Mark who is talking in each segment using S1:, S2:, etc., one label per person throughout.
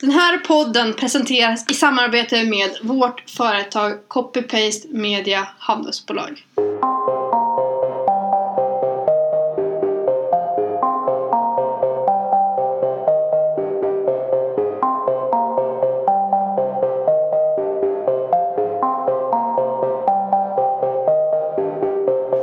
S1: Den här podden presenteras i samarbete med vårt företag Copy-Paste Media Handelsbolag.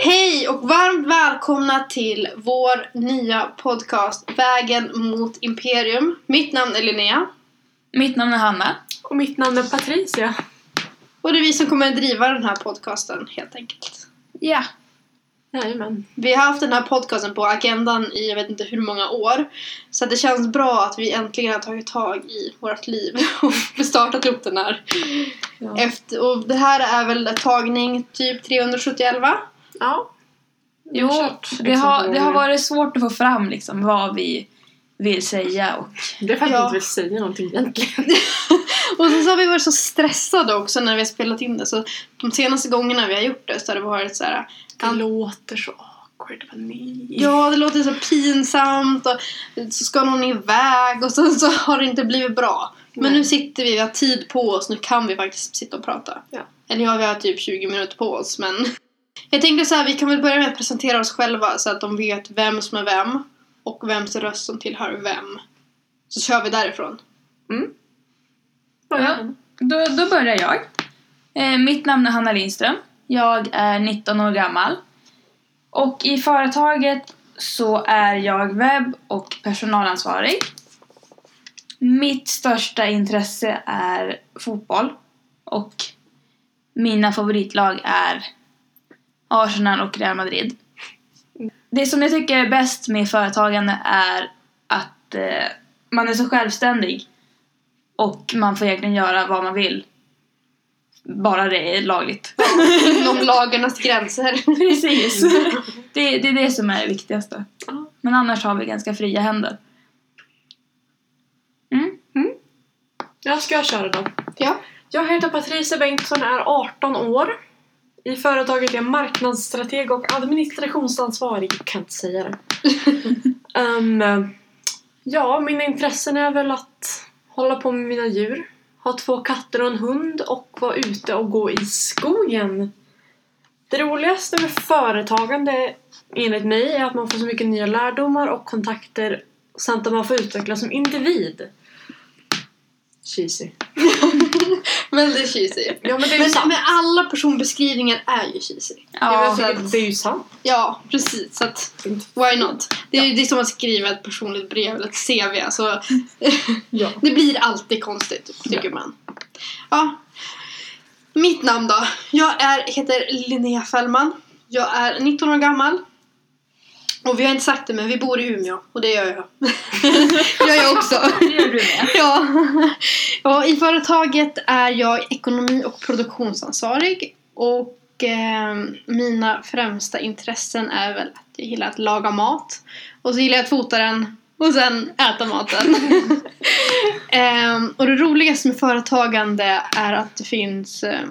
S1: Hej och varmt välkomna till vår nya podcast Vägen mot Imperium. Mitt namn är Linnea
S2: Mitt namn är Hanna.
S3: Och mitt namn är Patricia.
S1: och det är vi som kommer att driva den här podcasten helt enkelt.
S2: Ja.
S3: Jajamän.
S1: Vi har haft den här podcasten på agendan i jag vet inte hur många år. Så att det känns bra att vi äntligen har tagit tag i vårt liv och startat upp den här.
S3: Ja.
S1: Efter, och det här är väl tagning typ 371 va?
S3: ja.
S2: Jo,
S3: Kört,
S2: det har,
S3: liksom.
S2: det har varit svårt att få fram liksom, vad vi vill säga. Och,
S3: Det är för att
S1: Ja.
S3: vi inte vill säga någonting egentligen.
S1: Och sen så har vi varit så stressade också när vi har spelat in det. Så de senaste gångerna vi har gjort det så har det varit så här.
S3: Det låter så awkward. Vad nej.
S1: Ja, det låter så pinsamt och så ska någon iväg och sen så har det inte blivit bra. Men
S3: Nej.
S1: nu sitter vi, vi har tid på oss, nu kan vi faktiskt sitta och prata.
S3: Ja.
S1: Eller ja, vi har typ 20 minuter på oss men... Jag tänkte så här, vi kan väl börja med att presentera oss själva så att de vet vem som är vem och vems röst som tillhör vem. Så kör vi därifrån.
S3: Mm?
S2: ja, då, då börjar jag. Eh, mitt namn är Hanna Lindström. Jag är 19 år gammal. Och i företaget så är jag webb och personalansvarig. Mitt största intresse är fotboll. Och mina favoritlag är Arsenal och Real Madrid. Det som jag tycker är bäst med företagande är att eh, man är så självständig och man får egentligen göra vad man vill. Bara det är lagligt.
S1: Inom lagarnas gränser.
S2: Precis! det, det är det som är det viktigaste.
S3: Ja.
S2: Men annars har vi ganska fria händer. Mm.
S3: Jag ska jag köra då.
S1: Ja.
S3: Jag heter Patricia Bengtsson, är 18 år. I företaget är jag marknadsstrateg och administrationsansvarig. Jag kan inte säga det. Ehm, ja, mina intressen är väl att hålla på med mina djur. Ha två katter och en hund och vara ute och gå i skogen. Det roligaste med företagande enligt mig är att man får så mycket nya lärdomar och kontakter samt att man får utvecklas som individ. Cheesy.
S1: Väldigt cheesy.
S3: Ja men det är ju
S1: Men,
S3: sant.
S1: men alla personbeskrivningar är ju cheesy.
S3: Ja,
S2: Ja,
S1: men-
S3: det, det är ju sant.
S1: Ja, precis. Så att... Why not? Det är, det är som att skriva ett personligt brev eller ett CV. Alltså,
S3: Ja.
S1: det blir alltid konstigt, tycker man. Ja. Mitt namn då? Jag är, heter Linnea Fällman. Jag är 19 år gammal. Och vi har inte sagt det, men vi bor i Umeå. Och det gör jag. det gör jag också.
S2: det gör du med.
S1: Ja. ja, i företaget är jag ekonomi och produktionsansvarig och eh, mina främsta intressen är väl att jag gillar att laga mat och så gillar jag att fota den och sen äta maten. Ehm, och det roligaste med företagande är att det finns eh,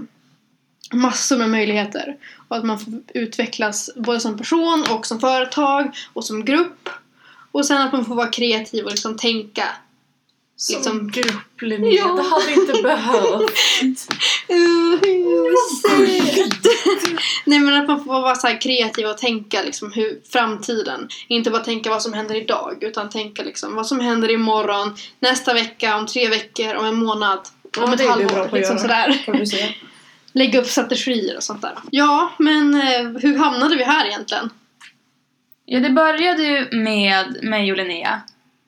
S1: massor med möjligheter och att man får utvecklas både som person och som företag och som grupp och sen att man får vara kreativ och liksom tänka
S3: Som
S1: Liksom-
S3: grupp Linnea,
S1: Ja.
S3: det hade inte behövt.
S1: Uh, Nej men att man får vara så här kreativ och tänka liksom hur framtiden. Inte bara tänka vad som händer idag utan tänka liksom vad som händer imorgon, nästa vecka, om tre veckor, om en månad,
S3: Ja,
S1: om
S3: men
S1: ett
S3: det är du bra
S1: halvår.
S3: på att
S1: Liksom
S3: göra.
S1: sådär.
S3: Får du säga.
S1: Lägga upp strategier och sånt där. Ja men eh, hur hamnade vi här egentligen?
S2: Ja, det började ju med mig och Linnea.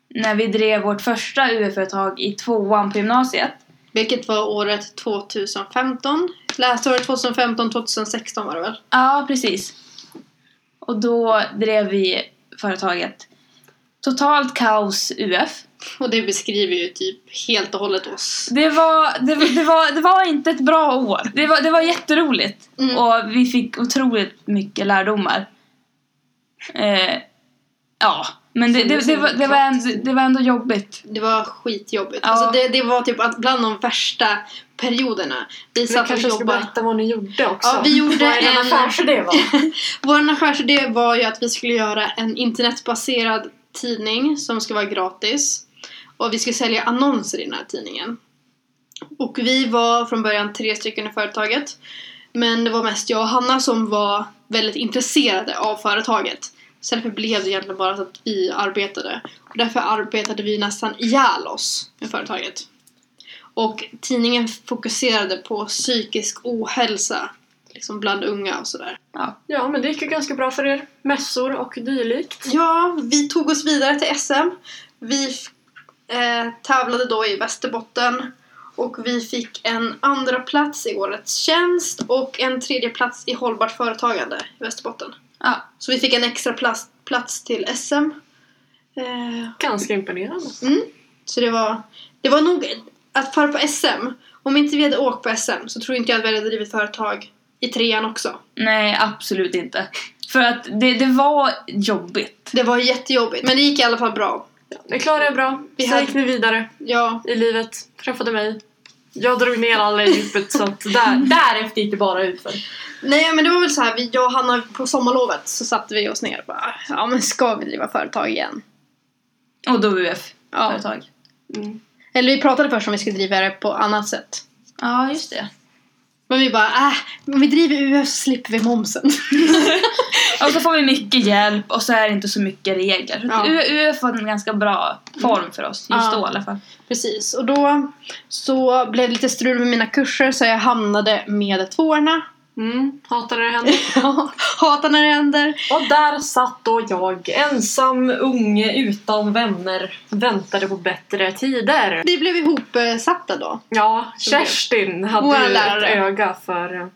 S2: När vi drev vårt första UF-företag i tvåan på gymnasiet.
S1: Vilket var året 2015. Läsåret 2015-2016 var det väl?
S2: Ja, precis. Och då drev vi företaget Totalt Kaos E UF.
S1: Och det beskriver ju typ helt och hållet oss.
S2: Det var, det, var- det, var, det var inte ett bra år. Det var, det var jätteroligt.
S1: Mm.
S2: Och vi fick otroligt mycket lärdomar. Eh, ja, men det, det, det, var, det, var ändå, det var ändå jobbigt.
S1: Det var skitjobbigt.
S2: Ja.
S1: Alltså det, det var typ att bland de värsta perioderna. Vi
S3: Vi
S1: satt och
S3: kanske ska
S1: jobbade.
S3: berätta vad ni gjorde också.
S1: Ja, vi gjorde
S3: vad en
S1: en-
S3: affärsidé va?
S1: Vår affärsidé var ju att vi skulle göra en internetbaserad tidning som ska vara gratis. och vi skulle sälja annonser i den här tidningen. Och vi var från början tre stycken i företaget. Men det var mest jag och Hanna som var väldigt intresserade av företaget. Så därför blev det egentligen bara så att vi arbetade. Och därför arbetade vi nästan ihjäl oss med företaget. Och tidningen fokuserade på psykisk ohälsa liksom bland unga och sådär.
S3: Ja, men det gick ju ganska bra för er. Mässor och dylikt.
S1: Ja, vi tog oss vidare till SM. Vi eh, tävlade då i Västerbotten och vi fick en andra plats i årets tjänst och en tredje plats i hållbart företagande i Västerbotten.
S2: Ja.
S1: Så vi fick en extra plats, plats till SM. Eh,
S3: Ganska imponerande.
S1: så det var, det var nog att fara på SM. Om inte vi hade åkt på SM så tror inte jag att vi hade drivit företag i trean också.
S2: Nej, absolut inte. För att det, det var jobbigt.
S1: Det var jättejobbigt, men det gick i alla fall bra.
S3: Ni klarade er bra.
S1: Vi
S3: Vi
S1: hade-
S3: Sen gick ni vidare
S1: Ja,
S3: i livet. Träffade mig. Jag drog ner alla i djupet så att där, därefter gick det bara utför.
S1: Nej men det var väl så här, vi, jag och Hanna på sommarlovet så satte vi oss ner och bara Ja men ska vi driva företag igen?
S2: Och då UF.
S1: Ja.
S2: Företag.
S3: Mm.
S1: Eller vi pratade först om vi skulle driva det på annat sätt.
S2: Ja, just det.
S1: Men vi bara äh, om vi driver UF så slipper vi momsen.
S2: Och så får vi mycket hjälp och så är det inte så mycket regler.
S1: Ja.
S2: Ja. UF var en ganska bra form för oss just
S1: Ja.
S2: då i alla fall.
S1: Precis och då så blev det lite strul med mina kurser så jag hamnade med tvåorna.
S3: Mm. Hatade det henne.
S1: Hatar när det händer.
S3: Och där satt då jag, ensam, unge, utan vänner, väntade på bättre tider.
S1: Vi blev ihopsatta då.
S3: Ja,
S1: Så
S3: Kerstin
S1: Vår
S3: hade ju
S1: lärare.
S3: ett öga för eh,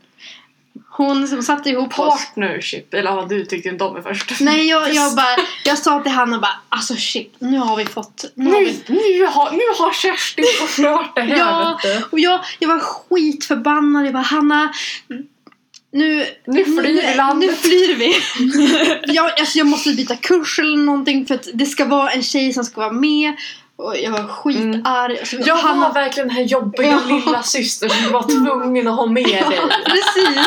S1: Hon som satte ihop oss.
S3: partnership. Eller ja, du tyckte inte om det först.
S1: Nej jag, jag bara, jag sa till Hanna bara alltså shit nu har vi fått, nu har vi
S3: Nu, nu, har, nu har Kerstin förstört det här
S1: Ja.
S3: vet du.
S1: Och jag, jag var skitförbannad. Jag bara Hanna, nu,
S3: Nu flyr vi landet.
S1: Nu flyr vi. jag, alltså, jag måste byta kurs eller någonting för att det ska vara en tjej som ska vara med. Och jag var skitarg. Alltså,
S3: Mm. Jag
S1: Hanna-
S3: var verkligen den här jobbiga
S1: Ja.
S3: lilla syster som du var tvungen att ha med dig.
S1: Precis.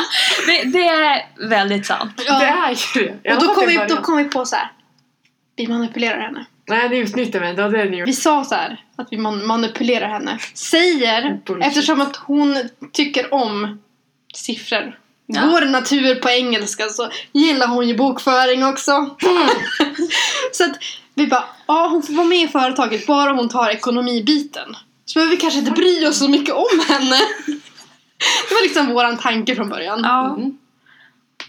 S2: Det, det är väldigt sant.
S1: Ja.
S3: Det är ju det. I alla
S1: och då
S3: fall
S1: kom,
S3: till
S1: vi, då
S3: början.
S1: kom vi på så här. Vi manipulerar henne.
S3: Nej, ni utnyttjade mig. Det var det ni gjorde.
S1: Vi sa så här att vi man manipulerar henne. Säger,
S3: Bullshit.
S1: eftersom att hon tycker om siffror.
S2: Ja.
S1: Vår natur på engelska så gillar hon ju bokföring också.
S2: Mm.
S1: så att vi bara, ja hon får vara med i företaget bara hon tar ekonomibiten. Så behöver vi kanske inte bry oss så mycket om henne. Det var liksom våran tanke från början.
S2: Ja.
S3: Mm.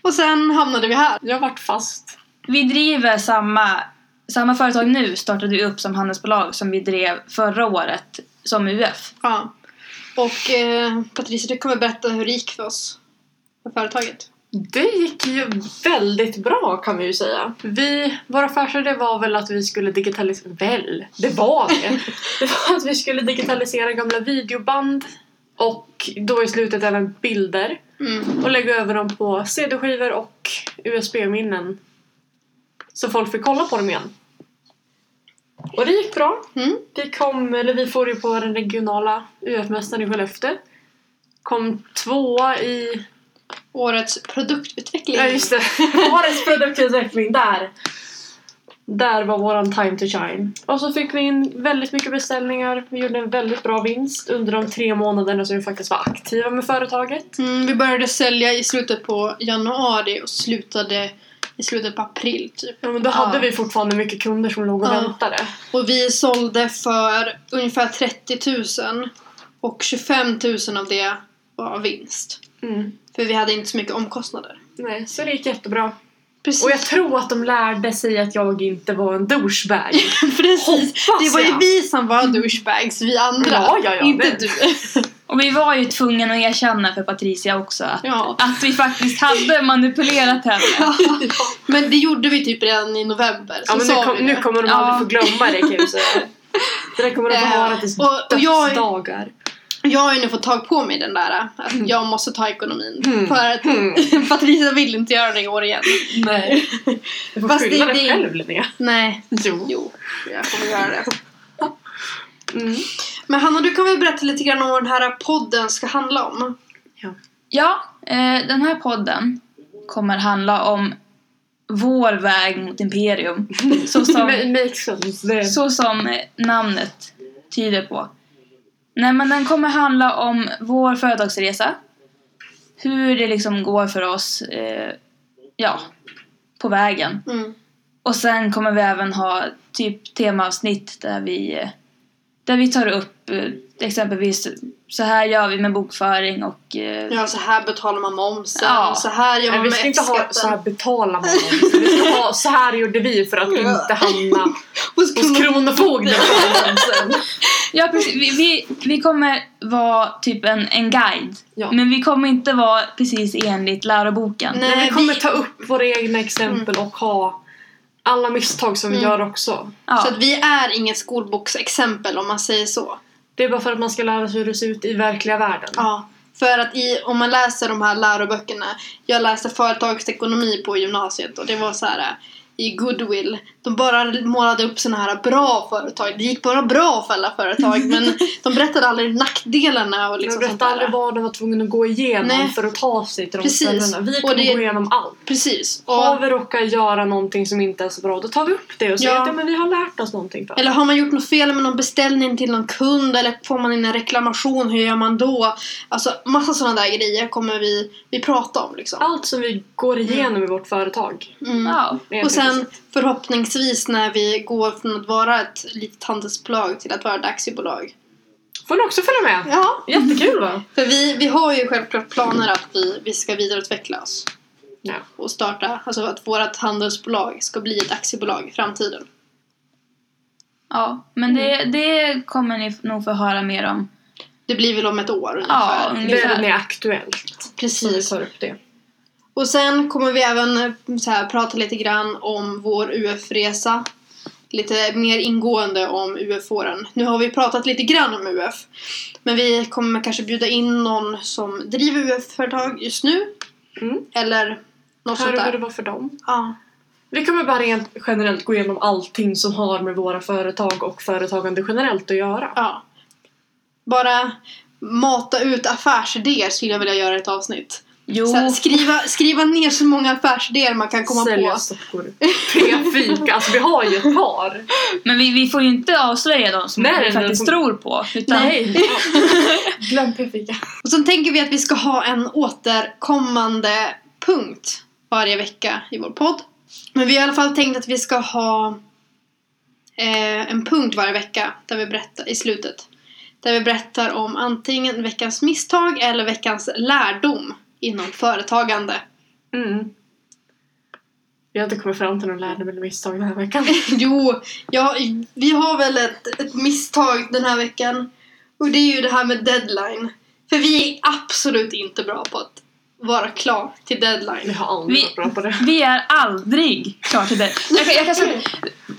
S1: Och sen hamnade vi här.
S3: Jag vart fast.
S2: Vi driver samma, samma företag nu startade vi upp som handelsbolag som vi drev förra året som UF.
S1: Ja. Och eh, Patricia, du kommer berätta hur det gick för oss. För företaget.
S3: Det gick ju väldigt bra kan vi ju säga. Vi, vår affärsidé var väl att vi skulle digitalisera... Väl? Det var det! det var att vi skulle digitalisera gamla videoband och då i slutet även bilder
S1: Mm.
S3: och lägga över dem på CD-skivor och USB-minnen. Så folk fick kolla på dem igen. Och det gick bra.
S1: Mm.
S3: Vi kom, eller vi får ju på den regionala UF-mästaren i Skellefteå. Kom tvåa i...
S1: Årets produktutveckling.
S3: Ja just det, årets produktutveckling där! Där var våran time to shine. Och så fick vi in väldigt mycket beställningar. Vi gjorde en väldigt bra vinst under de tre månaderna som vi faktiskt var aktiva med företaget.
S1: Mm, vi började sälja i slutet på januari och slutade i slutet på april typ.
S3: Ja men då hade
S2: Ja.
S3: vi fortfarande mycket kunder som låg och
S1: Ja.
S3: väntade.
S1: Och vi sålde för ungefär 30 000 och 25 000 av det var vinst. För vi hade inte så mycket omkostnader.
S3: Mm. Nej, så det gick jättebra.
S1: Precis.
S3: Och jag tror att de lärde sig att jag inte var en douchebag.
S1: Precis.
S3: Hoppas
S1: Det var ju
S3: jag. Mm.
S1: vi som var douchebags, vi andra.
S3: Ja, ja, ja,
S1: inte
S3: det-
S1: du.
S2: Och vi var ju tvungna att erkänna för Patricia också att,
S1: Ja.
S2: att vi faktiskt hade manipulerat henne.
S1: Men det gjorde vi typ redan i november. Så
S3: Ja, men nu,
S1: sa
S3: kom,
S1: vi
S3: nu
S1: det.
S3: kommer de
S2: Ja.
S3: aldrig få glömma det kan jag säga. Det där kommer de
S1: Eh,
S3: få höra tills
S1: och- och jag-
S3: dödsdagar.
S1: Jag har ju nu fått tag på mig den där äh, att jag måste ta ekonomin.
S3: Mm.
S1: För att Patricia vill inte göra det i år igen.
S3: Nej. Du får
S1: Fast
S3: skylla
S1: det-
S3: dig
S1: det-
S3: själv Linnea.
S1: Nej.
S3: Jo.
S1: Jo, jag kommer göra det.
S3: Mm.
S1: Men Hanna, du kan väl berätta lite grann om vad den här podden ska handla om?
S2: Ja, eh, den här podden kommer handla om vår väg mot imperium. Så som,
S3: Makes sense. Det...
S2: så som eh, namnet tyder på. Nej, men den kommer handla om vår företagsresa. Hur det liksom går för oss, eh, ja, på vägen.
S1: Mm.
S2: Och sen kommer vi även ha typ temaavsnitt där vi, eh, där vi tar upp eh, exempelvis så här gör vi med bokföring och eh,
S1: Ja, så här betalar man momsen.
S2: Ja.
S1: Så här gör
S3: Nej,
S1: man
S3: vi
S1: med
S3: ska inte ha så här
S1: F-skatten.
S3: betalar man oss. Vi ska ha så här gjorde vi för att inte hamna
S1: Hos
S3: hos
S1: Kronofogden.
S3: Kronofogden.
S2: Ja precis, vi, vi, vi kommer vara typ en, en guide.
S3: Ja.
S2: Men vi kommer inte vara precis enligt läroboken.
S1: Nej.
S3: Nej, vi kommer
S1: vi-
S3: ta upp våra egna exempel och ha alla misstag som vi
S1: Mm.
S3: gör också.
S2: Ja.
S1: Så att vi är inget skolboksexempel om man säger så.
S3: Det är bara för att man ska lära sig hur det ser ut i verkliga världen.
S1: Ja. För att i, om man läser de här läroböckerna, jag läste företagsekonomi på gymnasiet och det var så här eh, i goodwill, de bara målade upp såna här bra företag, det gick bara bra för alla företag men de berättade aldrig nackdelarna och liksom
S3: Men
S1: sånt
S3: berätta
S1: där.
S3: aldrig vad de var tvungna att gå igenom
S1: Nej.
S3: för att ta sig till de
S1: Precis.
S3: ställena. Vi
S1: Och
S3: kommer
S1: det-
S3: gå igenom allt.
S1: Precis.
S3: Har
S1: Och,
S3: vi råkat göra någonting som inte är så bra, då tar vi upp det och säger
S1: Ja.
S3: att ja, men vi har lärt oss någonting. För.
S1: eller har man gjort något fel med någon beställning till någon kund eller får man in en reklamation, hur gör man då? Alltså massa sådana där grejer kommer vi, vi prata om liksom.
S3: Allt som vi går igenom i vårt företag.
S1: Mm.
S2: Ja.
S3: Det är
S1: Och sen
S3: precis.
S1: förhoppningsvis när vi går från att vara ett litet handelsbolag till att vara ett aktiebolag.
S3: får ni också följa med.
S1: Ja.
S3: Jättekul va?
S1: För vi, vi har ju självklart planer att vi, vi ska vidareutveckla oss.
S3: Ja.
S1: Och starta, alltså att vårt handelsbolag ska bli ett aktiebolag i framtiden.
S2: ja. Men det,
S3: Mm.
S2: det kommer ni nog få höra mer om.
S1: Det blir väl om ett år
S2: Ja,
S1: ungefär.
S3: Det är
S2: ungefär.
S3: väl mer aktuellt. Så vi
S1: Precis.
S3: tar upp det.
S1: Och sen kommer vi även eh, så här, prata lite grann om vår UF-resa. Lite mer ingående om UF-åren. Nu har vi pratat lite grann om UF. Men vi kommer kanske bjuda in någon som driver UF-företag just nu.
S3: Mm.
S1: Eller något sånt
S3: Hör hur det
S1: där.
S3: var för dem.
S1: Ja.
S3: Vi kommer bara rent generellt gå igenom allting som har med våra företag och företagande generellt att göra.
S1: ja. Bara mata ut affärsidéer skulle jag vilja göra i ett avsnitt.
S2: Jo,
S1: Så här, skriva, skriva ner så många affärsidéer man kan komma
S3: Sälja
S1: på.
S3: sockor. P-fika. Alltså vi har ju ett par.
S2: men vi, vi får ju inte avslöja de som
S3: Nej,
S2: vi
S3: nej,
S2: faktiskt
S3: nej.
S2: tror på. Utan,
S3: Glöm p-fika.
S1: Och sen tänker vi att vi ska ha en återkommande punkt varje vecka i vår podd. Men vi har i alla fall tänkt att vi ska ha eh, en punkt varje vecka där vi berättar, i slutet. Där vi berättar om antingen veckans misstag eller veckans lärdom inom företagande.
S3: Mm. Vi har inte kommit fram till någon lärdom eller misstag den här veckan.
S1: Jo, ja, vi har väl ett, ett misstag den här veckan. Och det är ju det här med deadline. För vi är absolut inte bra på att vara klar till deadline.
S3: Vi har aldrig
S2: Vi-
S3: varit bra på det.
S2: vi är aldrig klara till det. Jag kan, jag kan säga,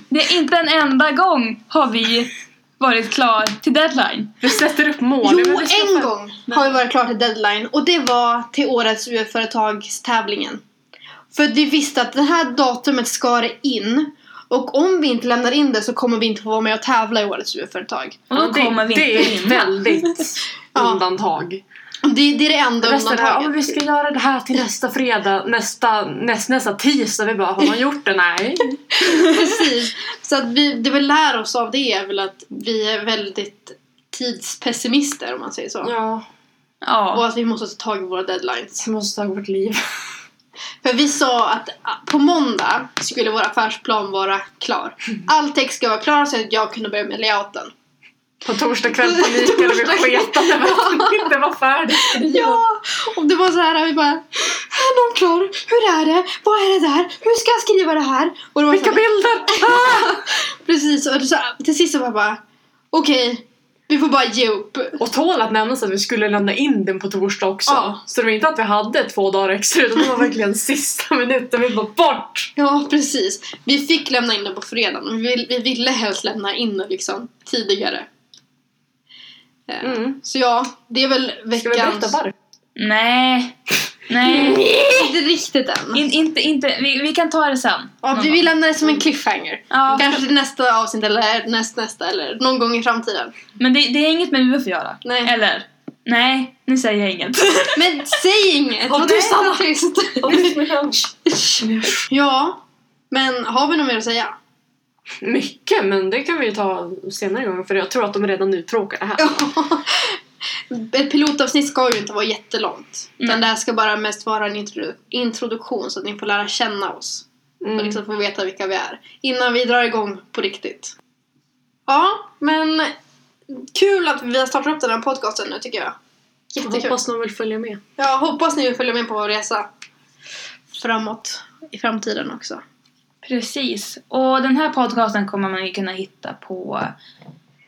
S2: det är inte en enda gång har vi varit klar till deadline.
S3: Vi sätter upp mål. men
S1: Jo,
S3: vi ska
S1: en
S3: fan-
S1: gång har vi varit klara till deadline och det var till årets UF-företagstävlingen. För vi visste att det här datumet ska det in och om vi inte lämnar in det så kommer vi inte få vara med och tävla i årets UF-företag.
S2: Och då
S3: det,
S2: kommer vi
S3: det
S2: inte
S3: är ett
S2: vinna.
S3: väldigt
S1: Ja.
S3: undantag.
S1: Och Det, det är det enda
S3: Resten är, ja, men vi
S1: undantaget.
S3: ska göra det här till nästa fredag, nästa, näst, nästa tisdag. Vi bara, har man gjort det? Nej.
S1: Precis. Så att vi, det vi lär oss av det är väl att vi är väldigt tidspessimister om man säger så.
S3: Ja,
S1: Och
S2: Ja.
S1: att vi måste ta tag i våra deadlines.
S3: vi måste ta vårt liv.
S1: För vi sa att ah, på måndag skulle vår affärsplan vara klar. All text ska vara klar så att jag kunde börja med layouten.
S3: På torsdag kväll panikade vi och sketade över att vi inte var färdigt.
S1: Ja! Och det var så här, vi bara Är någon klar? Hur är det? Vad är det där? Hur ska jag skriva det här? Och det var så
S3: Vilka
S1: här,
S3: bilder!
S1: precis, och så, till sist så var jag bara Okej, vi får bara ge upp.
S3: Och tål att nämnas att vi skulle lämna in den på torsdag också.
S1: Ja.
S3: Så det var inte att vi hade två dagar extra utan det var verkligen sista minuten. Vi bara bort!
S1: Ja, precis. Vi fick lämna in den på fredagen men vi, vi ville helst lämna in den liksom tidigare. Eh,
S3: Mm.
S1: Så ja, det är väl
S3: Ska vi berätta
S1: veckans...
S3: varför?
S2: Nej. Nej.
S1: Inte riktigt än.
S2: In, inte, inte. Vi, vi kan ta det sen.
S1: Ja,
S2: Någon
S1: vi,
S2: gång.
S1: vi lämnar det som en cliffhanger.
S2: Ja,
S1: Kanske till nästa avsnitt eller näst, nästa eller någon gång i framtiden.
S2: men det, det är inget med UF att göra.
S1: Nej.
S2: Eller? Nej, nu säger jag inget.
S1: Men säg inget!
S3: Håll
S1: Var du
S3: tyst, Anna.
S1: så tyst. Ja, men har vi något mer att säga?
S3: Mycket, men det kan vi ju ta senare gång för jag tror att de redan nu tråkar det här.
S1: Ett pilotavsnitt ska ju inte vara jättelångt.
S2: Mm.
S1: Utan det här ska bara mest vara en introdu- introduktion så att ni får lära känna oss.
S3: Mm.
S1: Och liksom få veta vilka vi är. Innan vi drar igång på riktigt. Ja, men kul att vi har startat upp den här podcasten nu tycker jag.
S3: Jag
S1: Jättekul.
S3: hoppas någon vill följa med.
S1: Jag hoppas ni vill följa med på vår resa framåt i framtiden också.
S2: Precis. Och den här podcasten kommer man ju kunna hitta på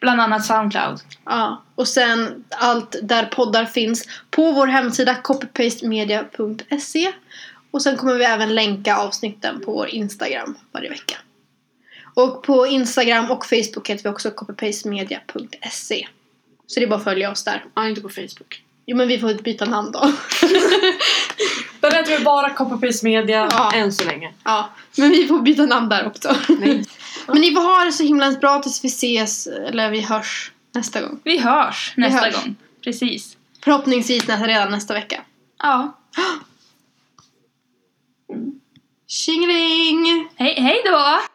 S2: bland annat Soundcloud.
S1: Ja, och sen allt där poddar finns på vår hemsida copypastemedia.se och sen kommer vi även länka avsnitten på vår Instagram varje vecka. Och på Instagram och Facebook heter vi också copypastemedia.se så det är bara att följa oss där.
S3: Ja, inte på Facebook.
S1: Jo men vi får byta namn då.
S3: Där heter vi bara Copperpiece Media
S1: Ja.
S3: än så länge.
S1: ja, men vi får byta namn där också.
S3: Nej.
S1: Men ni får ha det så himla bra tills vi ses, eller vi hörs nästa gång.
S2: Vi hörs nästa
S1: hörs.
S2: gång. Precis.
S1: Förhoppningsvis nästa, redan nästa vecka.
S2: Ja.
S1: Tjingeling!
S2: Hej, hej då!